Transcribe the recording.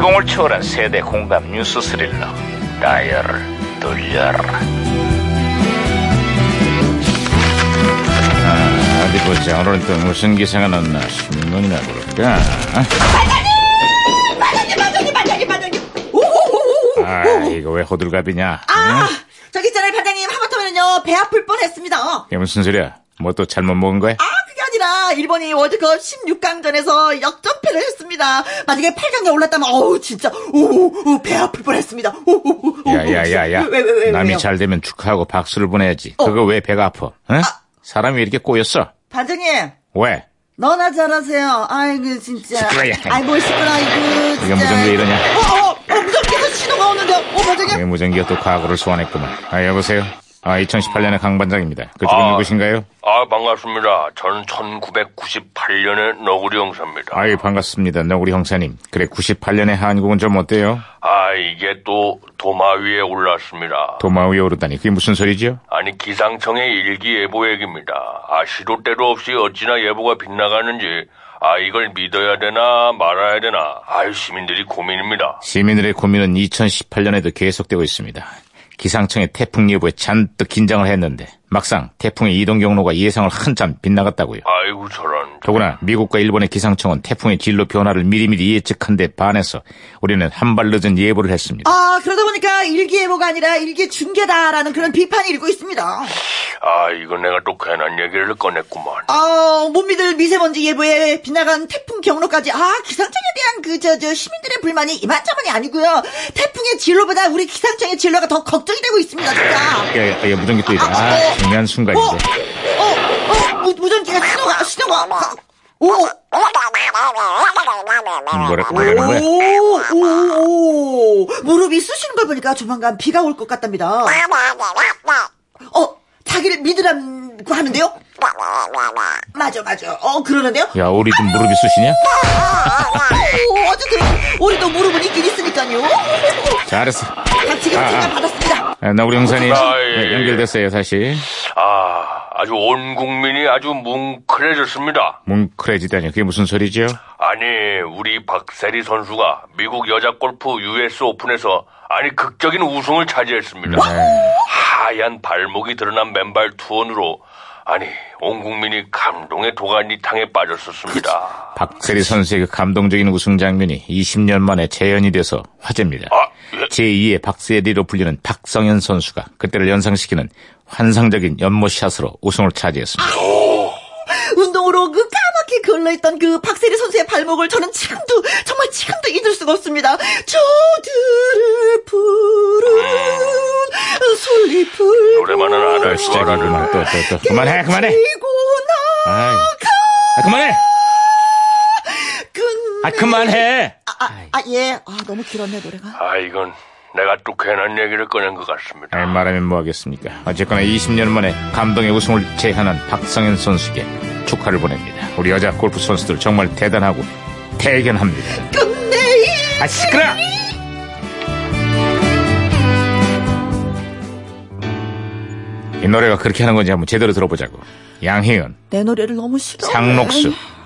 폭풍을 초월한 세대 공감 뉴스 스릴러 다이얼을 돌려라 아, 어디 보자 오늘은 또 무슨 기사가 났나 신문이나 볼까 반장님, 반장님, 반장님, 반장님. 오오오오. 아 이거 왜 호들갑이냐 아, 저기 있잖아요, 반장님. 하마터면은요 배 아플 뻔했습니다. 아, 이게 무슨 소리야 뭐 또 잘못 먹은 거야? 그게 아니라 일본이 월드컵 16강전에서 역전패를 했습니다. 만약에 8강에 올랐다면 어우 진짜 오배 아플 뻔했습니다. 야야야야 어, 왜왜왜 어. 남이 잘 되면 축하하고 박수를 보내야지 그거 왜 배가 아파 응? 사람이 왜 이렇게 꼬였어 반장님. 왜? 너나 잘하세요. 아이고 진짜. 시끄러워. 아이 뭘 시끄러 이고 진짜. 이게 무전기 왜 이러냐 어, 어, 어 무전기에서 신호가 오는데. 어 이 반장님. 무전기가 또 과거를 소환했구만. 아, 여보세요? 아, 2018년의 강반장입니다. 그쪽은 아. 누구신가요? 아, 반갑습니다. 저는 1998년의 너구리 형사입니다. 아이, 반갑습니다. 너구리 형사님. 그래, 98년의 한국은 좀 어때요? 아, 이게 또 도마 위에 올랐습니다. 도마 위에 오르다니. 그게 무슨 소리지요? 아니, 기상청의 일기예보 얘기입니다. 아, 시도 때도 없이 어찌나 예보가 빗나가는지, 아, 이걸 믿어야 되나 말아야 되나, 아유, 시민들이 고민입니다. 시민들의 고민은 2018년에도 계속되고 있습니다. 기상청의 태풍 예보에 잔뜩 긴장을 했는데 막상 태풍의 이동 경로가 예상을 한참 빗나갔다고요. 아이고, 저런. 더구나 미국과 일본의 기상청은 태풍의 진로 변화를 미리미리 예측한 데 반해서 우리는 한 발 늦은 예보를 했습니다. 아 그러다 보니까 일기예보가 아니라 일기 중계다라는 그런 비판이 일고 있습니다. 아, 이거 내가 또 괜한 얘기를 꺼냈구만. 아, 못 믿을 미세먼지 예보에 빗나간 태풍 경로까지 아 기상청에 대한 그 저 저 시민들의 불만이 이만저만이 아니고요 태풍의 진로보다 우리 기상청의 진로가 더 걱정이 되고 있습니다 진짜. 야, 야, 야, 무전기 또 이래. 아, 어. 중요한 어, 순간인데. 어, 어, 무, 무전기가 신호가 신호가 가- 오, 아, 뭐라, 뭐라는 거야? 오, 오, 오, 무릎이 쑤시는 걸 보니까 조만간 비가 올 것 같답니다. 어, 자기를 믿으라고 하는데요? 맞아, 맞아. 어, 그러는데요? 야, 우리도 무릎이 쑤시냐? 오, 어쨌든 우리도 무릎은 있긴 있으니까요. 잘했어. 박치기 아, 제가 아. 받았습니다. 아, 나 우리 형사님 아, 예, 네, 예. 연결됐어요, 사실. 아, 아주 온 국민이 아주 뭉클해졌습니다. 뭉클해지다니 그게 무슨 소리지요? 아니 우리 박세리 선수가 미국 여자 골프 US 오픈에서 아니 극적인 우승을 차지했습니다. 하얀 발목이 드러난 맨발 투혼으로 아니 온 국민이 감동의 도가니탕에 빠졌었습니다. 박세리 선수의 그 감동적인 우승 장면이 20년 만에 재현이 돼서 화제입니다. 아, 예. 제2의 박세리로 불리는 박성현 선수가 그때를 연상시키는 환상적인 연못샷으로 우승을 차지했습니다. 운동으로 그 까맣게 걸러있던 그 박세리 선수의 발목을 저는 지금도 정말 지금도 잊을 수가 없습니다. 저들을 부른 솔잎을 노래만은 안 또 할 수가 시작을 없는 그만 또, 또, 또. 그만해, 그만해! 지고 나 아이. 아, 그만해! 끝. 아, 그만해! 아, 아, 예. 아, 너무 길었네, 노래가. 아 이건 내가 또 괜한 얘기를 꺼낸 것 같습니다. 아이, 말하면 뭐하겠습니까. 어쨌거나 20년 만에 감동의 우승을 제한한 박성현 선수에게 축하를 보냅니다. 우리 여자 골프 선수들 정말 대단하고 대견합니다. 끝내, 아 시끄러! 이 노래가 그렇게 하는 건지 한번 제대로 들어보자고. 양혜은, 내 노래를 너무 싫어. 장록수,